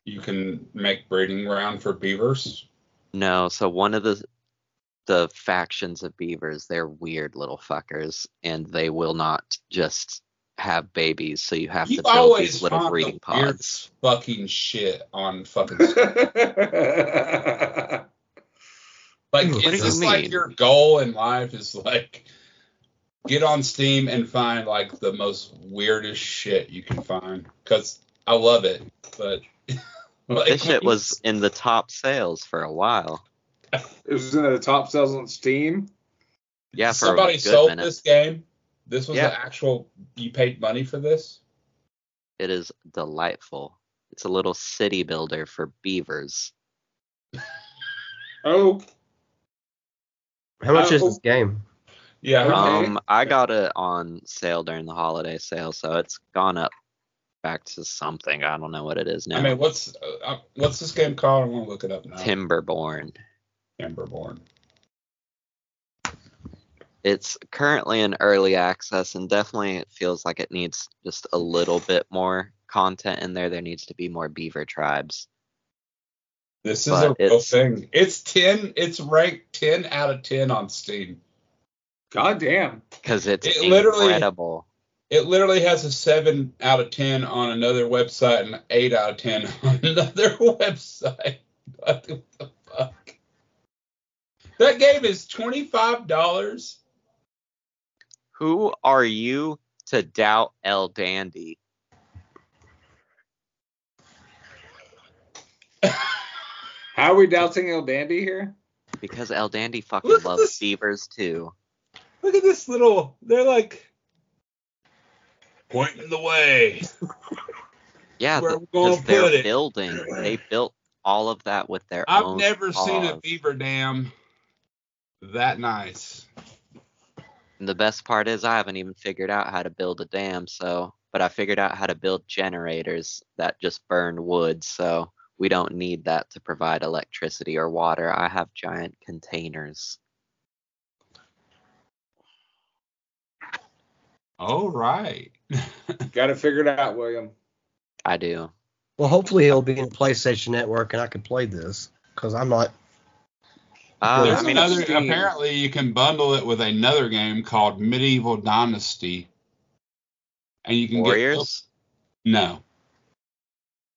Speaker 2: You can make breeding ground for beavers.
Speaker 5: No, so one of the the factions of beavers, they're weird little fuckers, and they will not just have babies, so you have
Speaker 2: you
Speaker 5: to build
Speaker 2: always
Speaker 5: these little
Speaker 2: find
Speaker 5: breeding
Speaker 2: the weirdest
Speaker 5: pods.
Speaker 2: fucking shit on fucking.
Speaker 1: That's
Speaker 2: Like,
Speaker 3: What
Speaker 5: do
Speaker 2: is
Speaker 5: you
Speaker 2: this
Speaker 5: mean?
Speaker 2: like your goal in life? Is like get on Steam and find like the most weirdest shit you can find. Cause I love it, but like,
Speaker 5: this shit was in the top sales for a while.
Speaker 1: it was in the top sales on Steam.
Speaker 5: Yeah, for
Speaker 2: somebody
Speaker 5: a good
Speaker 2: sold
Speaker 5: minute.
Speaker 2: this game. This was
Speaker 5: Yeah.
Speaker 2: the actual. You paid money for this.
Speaker 5: It is delightful. It's a little city builder for beavers.
Speaker 1: Oh,
Speaker 3: how much is
Speaker 1: Uh,
Speaker 3: this game?
Speaker 2: Yeah.
Speaker 1: Okay.
Speaker 5: Um, I got it on sale during the holiday sale, so it's gone up back to something. I don't know what it is now.
Speaker 2: I mean, uh, what's uh, uh, what's this game called? I'm gonna look it up now.
Speaker 5: Timberborn.
Speaker 2: Timberborn.
Speaker 5: It's currently in early access, and definitely it feels like it needs just a little bit more content in there. There needs to be more beaver tribes.
Speaker 2: This is
Speaker 5: But
Speaker 2: a real
Speaker 5: it's-
Speaker 2: thing. It's ten. It's ranked ten out of ten on Steam.
Speaker 1: goddamn.
Speaker 5: Because it's
Speaker 2: It literally-
Speaker 5: incredible.
Speaker 2: It literally has a seven out of ten on another website and an eight out of ten on another website. What the fuck? That game is twenty five dollars.
Speaker 5: Who are you to doubt El Dandy?
Speaker 1: How are we doubting El Dandy here?
Speaker 5: Because El Dandy fucking
Speaker 2: Look at
Speaker 5: loves
Speaker 2: this-
Speaker 5: beavers too.
Speaker 2: Look at this little. They're like pointing the way.
Speaker 5: Yeah,
Speaker 2: Where we gonna
Speaker 5: because they're
Speaker 2: put it?
Speaker 5: building. They built all of that with their
Speaker 2: I've
Speaker 5: own.
Speaker 2: never seen a
Speaker 5: paws.
Speaker 2: beaver dam that nice.
Speaker 5: And the best part is I haven't even figured out how to build a dam. So, but I figured out how to build generators that just burn wood. So we don't need that to provide electricity or water. I have giant containers.
Speaker 2: All right.
Speaker 1: Got it figured out, William.
Speaker 5: I do.
Speaker 3: Well, hopefully it'll be in PlayStation Network and I can play this because I'm not.
Speaker 5: Uh,
Speaker 2: There's
Speaker 5: I mean,
Speaker 2: another.
Speaker 1: Steam.
Speaker 2: Apparently, you can bundle it with another game called Medieval Dynasty, and you can
Speaker 5: Warriors.
Speaker 2: get no.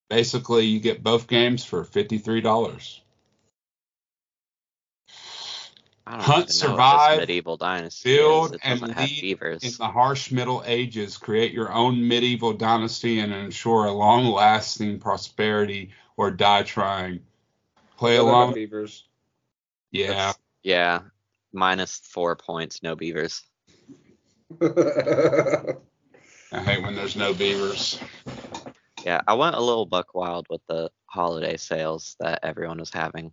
Speaker 2: Basically, you get both games for fifty-three dollars.
Speaker 5: I don't
Speaker 2: Hunt,
Speaker 5: even know what
Speaker 2: survive,
Speaker 5: this medieval dynasty
Speaker 2: build,
Speaker 5: is. It
Speaker 2: and
Speaker 5: doesn't have
Speaker 2: lead
Speaker 5: beavers.
Speaker 2: In the harsh Middle Ages, create your own medieval dynasty and ensure a long-lasting prosperity, or die trying. Play
Speaker 1: What about
Speaker 2: along.
Speaker 1: Beavers.
Speaker 2: Yeah.
Speaker 5: Yeah, minus four points, no beavers.
Speaker 2: I hate when there's no beavers.
Speaker 5: Yeah, I went a little buck wild with the holiday sales that everyone was having.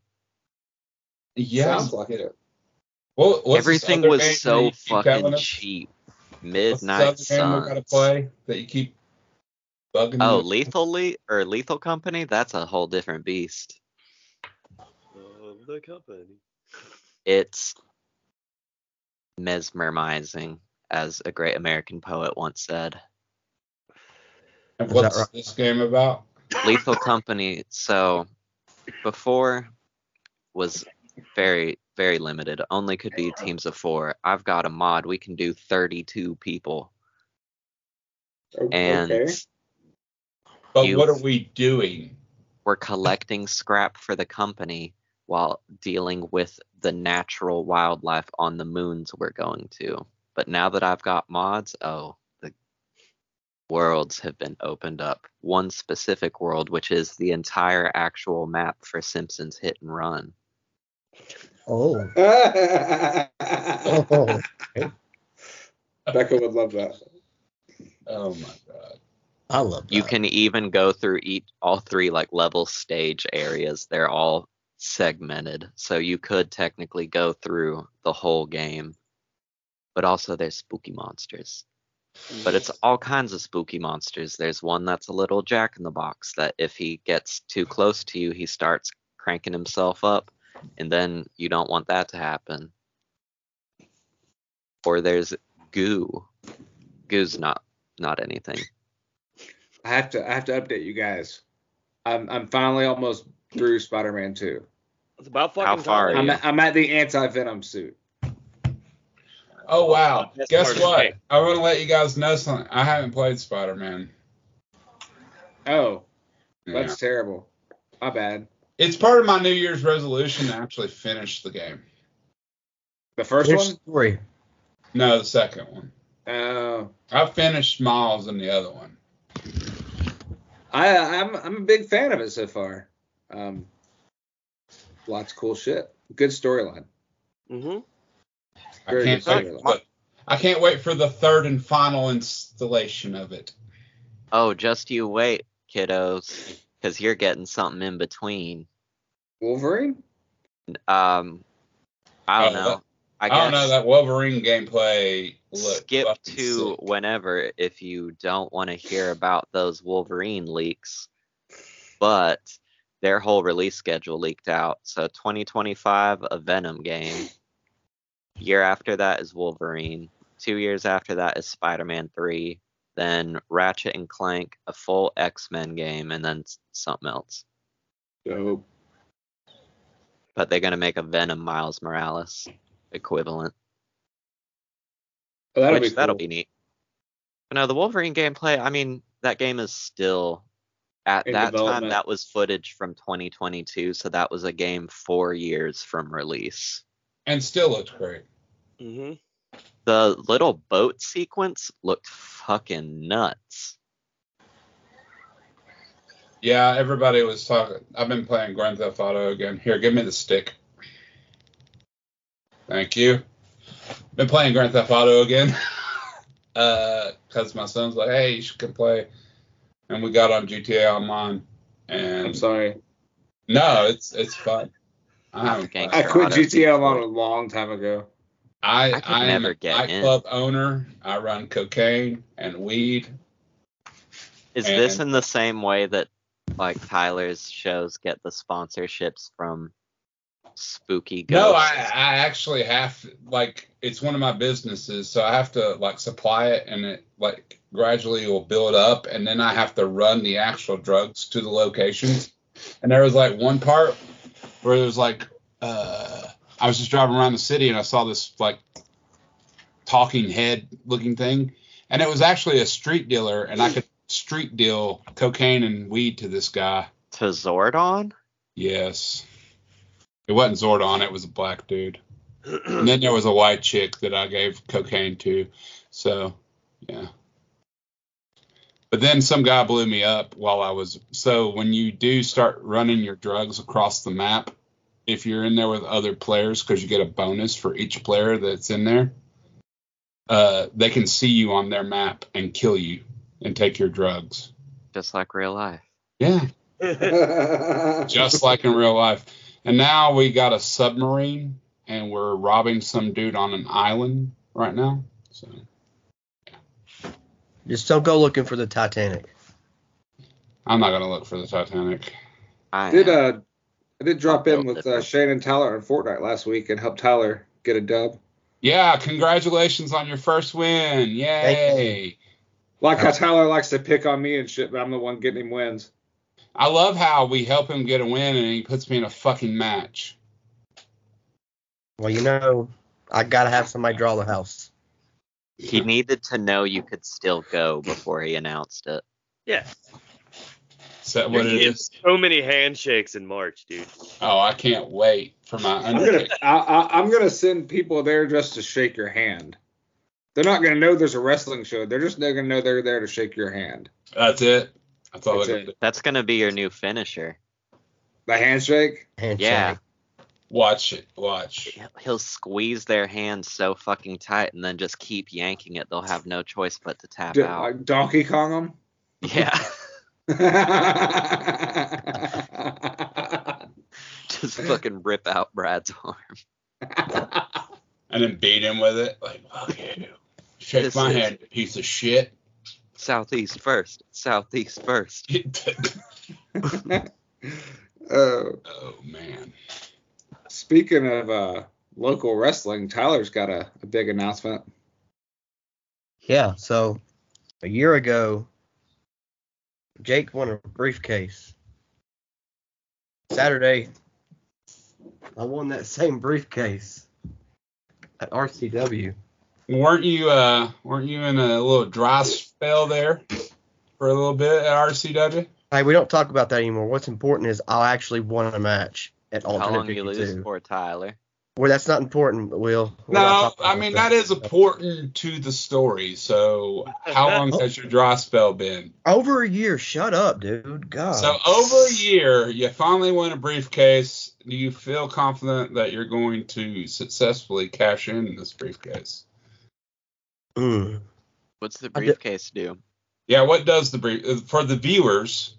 Speaker 2: Yeah.
Speaker 1: Sounds like it.
Speaker 2: Well, what's this
Speaker 5: Everything
Speaker 2: other
Speaker 5: was
Speaker 2: game
Speaker 5: so
Speaker 2: you keep telling
Speaker 5: fucking
Speaker 2: us?
Speaker 5: cheap.
Speaker 2: What's this
Speaker 5: Midnight
Speaker 2: other game we gotta
Speaker 5: Suns.
Speaker 2: play that you keep bugging
Speaker 5: Oh,
Speaker 2: me?
Speaker 5: Lethal Le- or Lethal Company? That's a whole different beast.
Speaker 4: Of the company.
Speaker 5: It's mesmerizing, as a great American poet once said.
Speaker 2: And
Speaker 3: Is
Speaker 2: What's
Speaker 3: that right?
Speaker 2: this game about?
Speaker 5: Lethal Company. So before was very very limited. Only could be teams of four. I've got a mod. We can do 32 people.
Speaker 1: O-
Speaker 5: and
Speaker 1: okay.
Speaker 2: But
Speaker 5: You-
Speaker 2: what are we doing?
Speaker 5: we're collecting scrap for the company while dealing with the natural wildlife on the moons we're going to. But now that I've got mods, oh, the worlds have been opened up. One specific world, which is the entire actual map for Simpsons Hit and Run.
Speaker 3: Oh.
Speaker 1: Becca
Speaker 3: Oh.
Speaker 1: would love that.
Speaker 2: Oh
Speaker 1: Um,
Speaker 2: my god.
Speaker 3: I love that.
Speaker 5: You can even go through each all three like level stage areas. They're all segmented, so you could technically go through the whole game. But also there's spooky monsters. But it's all kinds of spooky monsters. There's one that's a little jack in the box that if he gets too close to you, he starts cranking himself up, and then you don't want that to happen. Or there's goo. Goo's not not anything.
Speaker 1: I have to I have to update you guys. I'm I'm finally almost through Spider-Man 2.
Speaker 4: It's about fucking
Speaker 5: How far
Speaker 4: time.
Speaker 5: are
Speaker 1: I'm
Speaker 5: you?
Speaker 1: at, I'm at the anti-venom suit.
Speaker 2: Oh wow.
Speaker 4: That's
Speaker 2: Guess
Speaker 4: hard.
Speaker 2: what? I want to let you guys know something. I haven't played Spider Man.
Speaker 1: Oh, that's terrible. My bad.
Speaker 2: It's part of my New Year's resolution to actually finish the game.
Speaker 1: The first
Speaker 3: There's
Speaker 1: one?
Speaker 3: story.
Speaker 2: No, the second one.
Speaker 1: Uh,
Speaker 2: I finished Miles and the other one.
Speaker 1: I I'm I'm a big fan of it so far. Um, lots of cool shit. Good storyline.
Speaker 4: Mm-hmm.
Speaker 2: I
Speaker 1: Very
Speaker 2: can't
Speaker 1: good
Speaker 2: wait.
Speaker 1: storyline.
Speaker 2: For, I can't wait for the third and final installation of it.
Speaker 5: Oh, just you wait, kiddos, because you're getting something in between.
Speaker 1: Wolverine?
Speaker 5: Um, I don't
Speaker 2: Oh,
Speaker 5: know.
Speaker 2: that-
Speaker 5: I
Speaker 2: I,
Speaker 5: guess
Speaker 2: don't know that Wolverine gameplay. Look,
Speaker 5: skip to whenever if you don't want to hear about those Wolverine leaks. But their whole release schedule leaked out. So 2025, a Venom game. Year after that is Wolverine. Two years after that is Spider-Man 3. Then Ratchet and Clank, a full X-Men game, and then s- something else.
Speaker 1: Dope.
Speaker 5: but they're gonna make a Venom Miles Morales equivalent,
Speaker 1: Oh,
Speaker 5: which that'll
Speaker 1: cool.
Speaker 5: be neat. But no, the Wolverine gameplay. I mean, that game is still at
Speaker 1: In
Speaker 5: that time
Speaker 1: development.
Speaker 5: that was footage from 2022, so that was a game four years from release.
Speaker 2: and still looks great.
Speaker 4: Mm-hmm.
Speaker 5: The little boat sequence looked fucking nuts.
Speaker 2: Yeah, everybody was talking. I've been playing Grand Theft Auto again. Here, give me the stick. Thank you. Been playing Grand Theft Auto again. Uh, 'cause my son's like, hey, you should come play. And we got on GTA Online. And
Speaker 1: I'm sorry.
Speaker 2: no, it's it's fun. I haven't
Speaker 5: Gang-
Speaker 1: I
Speaker 2: played.
Speaker 1: quit
Speaker 5: Toronto
Speaker 1: GTA
Speaker 5: before.
Speaker 1: a long time ago.
Speaker 2: I,
Speaker 5: I could
Speaker 2: I am
Speaker 5: never
Speaker 2: a
Speaker 5: get in.
Speaker 2: nightclub owner. I run cocaine and weed.
Speaker 5: Is this
Speaker 2: And-
Speaker 5: in the same way that like Tyler's shows get the sponsorships from spooky ghosts?
Speaker 2: No, I, I actually have like it's one of my businesses, so I have to like supply it, and it like gradually will build up, and then I have to run the actual drugs to the locations. And there was like one part where it was like uh, I was just driving around the city, and I saw this like talking head looking thing, and it was actually a street dealer, and I could street deal cocaine and weed to this guy.
Speaker 5: to Zordon?
Speaker 2: Yes. It wasn't Zordon, it was a black dude. and then there was a white chick that I gave cocaine to. So, yeah. But then some guy blew me up while I was. So, when you do start running your drugs across the map, if you're in there with other players, because you get a bonus for each player that's in there, uh, they can see you on their map and kill you and take your drugs.
Speaker 5: Just like real life.
Speaker 2: Yeah
Speaker 4: mm-hmm.
Speaker 1: Just
Speaker 2: just like in real life. And now we got a submarine, and we're robbing some dude on an island right now. So
Speaker 3: Just don't go looking for the Titanic.
Speaker 2: I'm not gonna look for the Titanic.
Speaker 5: I
Speaker 1: did
Speaker 5: am.
Speaker 1: uh I did drop in with uh,
Speaker 5: Different.
Speaker 1: Shane and Tyler on Fortnite last week and helped Tyler get a dub.
Speaker 2: Yeah, congratulations on your first win! Yay!
Speaker 1: Like how Tyler likes to pick on me and shit, but I'm the one getting him wins.
Speaker 2: I love how we help him get a win, and he puts me in a fucking match.
Speaker 3: Well, you know, I gotta have somebody draw the house.
Speaker 5: He needed to know you could still go before he announced it.
Speaker 4: Yeah.
Speaker 2: Is that what it is?
Speaker 4: So many handshakes in March, dude.
Speaker 2: Oh, I can't wait for my
Speaker 1: I'm gonna
Speaker 2: undertaker.
Speaker 1: I, I, I'm gonna send people there just to shake your hand. They're not gonna know there's a wrestling show. They're just they're gonna know they're there to shake your hand.
Speaker 2: That's it. That's all
Speaker 1: That's
Speaker 2: I gotta
Speaker 1: it.
Speaker 2: do.
Speaker 5: That's gonna be your new finisher.
Speaker 1: The handshake.
Speaker 3: Handshake.
Speaker 5: Yeah.
Speaker 2: Watch it. Watch.
Speaker 5: He'll squeeze their hand so fucking tight and then just keep yanking it. They'll have no choice but to tap
Speaker 1: Do-
Speaker 5: out.
Speaker 1: like Donkey Kong 'em.
Speaker 5: Yeah. just fucking rip out Brad's arm.
Speaker 2: And then beat him with it. Like, fuck you. Shake
Speaker 5: This
Speaker 2: my
Speaker 5: is-
Speaker 2: hand, you piece of shit.
Speaker 5: Southeast first. Southeast first.
Speaker 1: Uh,
Speaker 2: oh man.
Speaker 1: speaking of uh, local wrestling, Tyler's got a, a big announcement.
Speaker 3: Yeah. So a year ago, Jake won a briefcase. Saturday, I won that same briefcase at RCW.
Speaker 2: Weren't you uh weren't you in a little dry spell there for a little bit at RCW?
Speaker 3: Hey, we don't talk about that anymore. What's important is I actually won a match at
Speaker 5: How long
Speaker 3: Alternate
Speaker 5: you lose
Speaker 3: 52.
Speaker 5: for Tyler?
Speaker 3: Well, that's not important, Will. We're not
Speaker 2: No,
Speaker 3: talking
Speaker 2: I
Speaker 3: about
Speaker 2: mean that is important to the story. So how long has your dry spell been?
Speaker 3: over a year. Shut up, dude. God.
Speaker 2: So over a year, you finally win a briefcase. Do you feel confident that you're going to successfully cash in this briefcase?
Speaker 3: Mm.
Speaker 5: What's the
Speaker 3: I did-
Speaker 5: briefcase do?
Speaker 2: Yeah, what does the brief for the viewers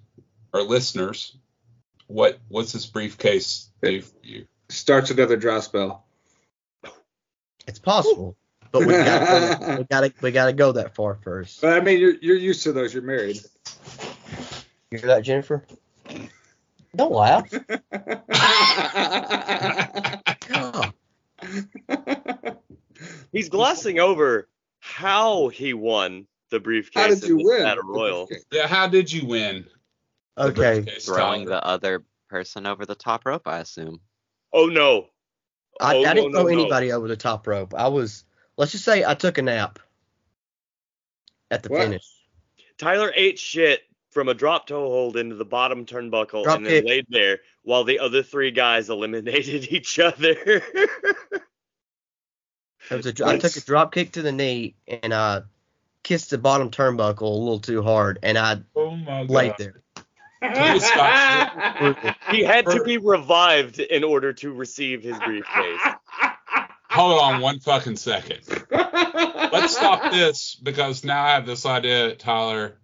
Speaker 2: or listeners? What what's this briefcase do for you?
Speaker 1: Starts another draw spell.
Speaker 3: It's possible, but we gotta, we gotta we gotta go that far first.
Speaker 1: But I mean, you're you're used to those. You're married.
Speaker 3: You hear that, Jennifer? Don't laugh. God.
Speaker 4: He's glossing over how he won the briefcase.
Speaker 1: How did
Speaker 4: in
Speaker 1: you
Speaker 4: the
Speaker 1: win?
Speaker 4: Battle Royal.
Speaker 2: Yeah, how did you win? the
Speaker 3: Okay.
Speaker 2: briefcase,
Speaker 5: Throwing
Speaker 2: Tyler?
Speaker 5: the other person over the top rope, I assume.
Speaker 4: Oh no.
Speaker 3: I,
Speaker 4: oh,
Speaker 3: I didn't
Speaker 4: no, no,
Speaker 3: throw
Speaker 4: no.
Speaker 3: anybody over the top rope. I was let's just say I took a nap at the
Speaker 1: What?
Speaker 3: finish.
Speaker 4: Tyler ate shit from a drop toe hold into the bottom turnbuckle
Speaker 3: Drop
Speaker 4: and then
Speaker 3: kick.
Speaker 4: laid there while the other three guys eliminated each other.
Speaker 3: It was a dr- I took a drop kick to the knee and I kissed the bottom turnbuckle a little too hard and I
Speaker 2: Oh my god.
Speaker 3: laid there.
Speaker 4: he had to be revived in order to receive his briefcase.
Speaker 2: Hold on one fucking second. Let's stop this because now I have this idea, Tyler.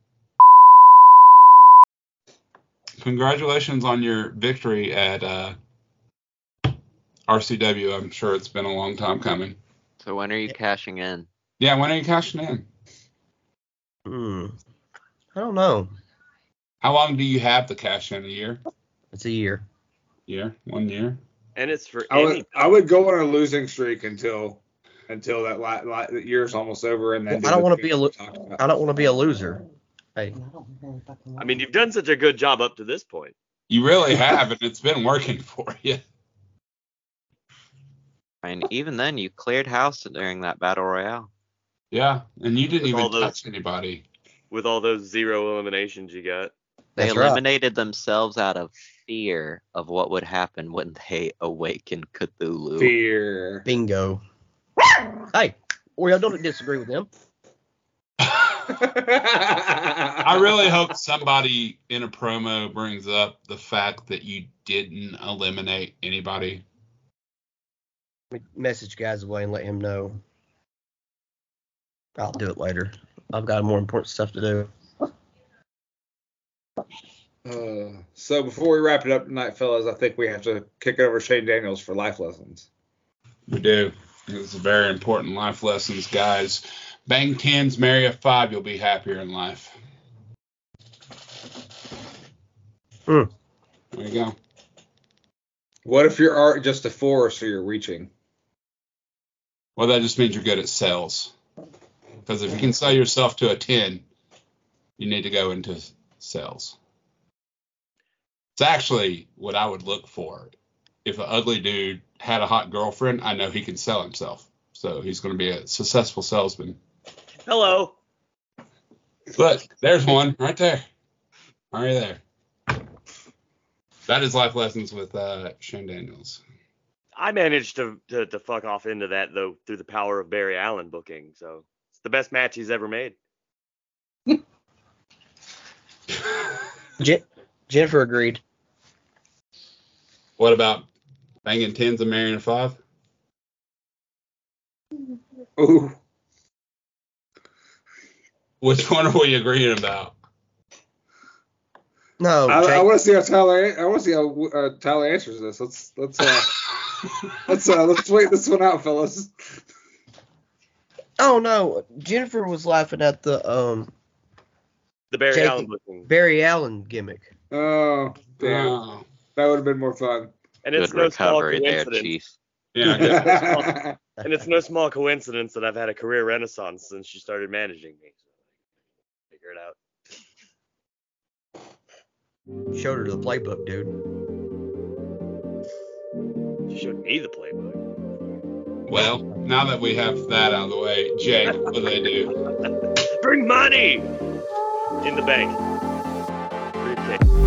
Speaker 2: Congratulations on your victory at uh, RCW. I'm sure it's been a long time coming.
Speaker 5: So when are you cashing in?
Speaker 2: Yeah, when are you cashing in?
Speaker 3: Hmm. I don't know.
Speaker 2: How long do you have to cash in? A year?
Speaker 3: It's a year.
Speaker 2: Year? One year?
Speaker 4: And it's for
Speaker 1: I
Speaker 4: any
Speaker 1: would I would go on a losing streak until until that li- li- that year's almost over and then.
Speaker 3: Well,
Speaker 1: do
Speaker 3: I don't
Speaker 1: the
Speaker 3: wanna
Speaker 1: thing
Speaker 3: be a lo-
Speaker 1: we talked about.
Speaker 3: I don't want to be a loser. Hey,
Speaker 4: I mean, you've done such a good job up to this point.
Speaker 2: You really have, and it's been working for you.
Speaker 5: And even then, you cleared house during that battle royale.
Speaker 2: Yeah, and you didn't
Speaker 4: With all
Speaker 2: even
Speaker 4: those-
Speaker 2: touch anybody.
Speaker 4: With all those zero eliminations you got.
Speaker 5: They
Speaker 3: That's right.
Speaker 5: eliminated themselves out of fear of what would happen when they awaken Cthulhu.
Speaker 1: fear.
Speaker 3: bingo. hey, we don't disagree with them.
Speaker 1: I
Speaker 2: I really hope somebody in a promo brings up the fact that you didn't eliminate anybody.
Speaker 3: Let me message guys away and let him know. I'll do it later. I've got more important stuff to do.
Speaker 1: Uh, so before we wrap it up tonight, fellas, I think we have to kick over Shane Daniels for life lessons.
Speaker 2: We do. It was very important life lessons, guys. Bang tens, marry a five, you'll be happier in life.
Speaker 3: Hmm.
Speaker 2: There you go.
Speaker 1: What if your art just a four, so you're reaching?
Speaker 2: Well, that just means you're good at sales. Because if you can sell yourself to a 10, you need to go into sales. It's actually what I would look for. If an ugly dude had a hot girlfriend, I know he can sell himself. So he's going to be a successful salesman.
Speaker 4: Hello.
Speaker 2: Look, there's one right there. Right there. That is life lessons with uh, Shane Daniels.
Speaker 4: I managed to, to to fuck off into that though through the power of Barry Allen booking. So it's the best match he's ever made.
Speaker 3: Je- Jennifer agreed.
Speaker 2: What about banging tens and marrying a five?
Speaker 1: Ooh.
Speaker 2: Which one are we agreeing about?
Speaker 3: No,
Speaker 1: I, I
Speaker 3: Jake-
Speaker 1: want to see how Tyler. I want to see how uh, Tyler answers this. Let's let's uh, let's uh, let's wait this one out, fellas.
Speaker 3: oh no, Jennifer was laughing at the um
Speaker 4: The Barry
Speaker 3: Jake-
Speaker 4: Allen booking.
Speaker 3: Barry Allen gimmick.
Speaker 1: Oh damn,
Speaker 2: Oh,
Speaker 1: that would have been more fun.
Speaker 4: And it's
Speaker 5: Good
Speaker 4: no small
Speaker 5: recovery there,
Speaker 4: coincidence.
Speaker 5: Chief.
Speaker 2: yeah. I guess.
Speaker 1: yeah,
Speaker 4: and it's no small coincidence that I've had a career renaissance since she started managing me. Figure it out.
Speaker 3: Showed her the playbook, dude.
Speaker 4: She showed me the playbook.
Speaker 2: Well, now that we have that out of the way, Jake, what do they do?
Speaker 4: Bring money in the bank. Briefcase.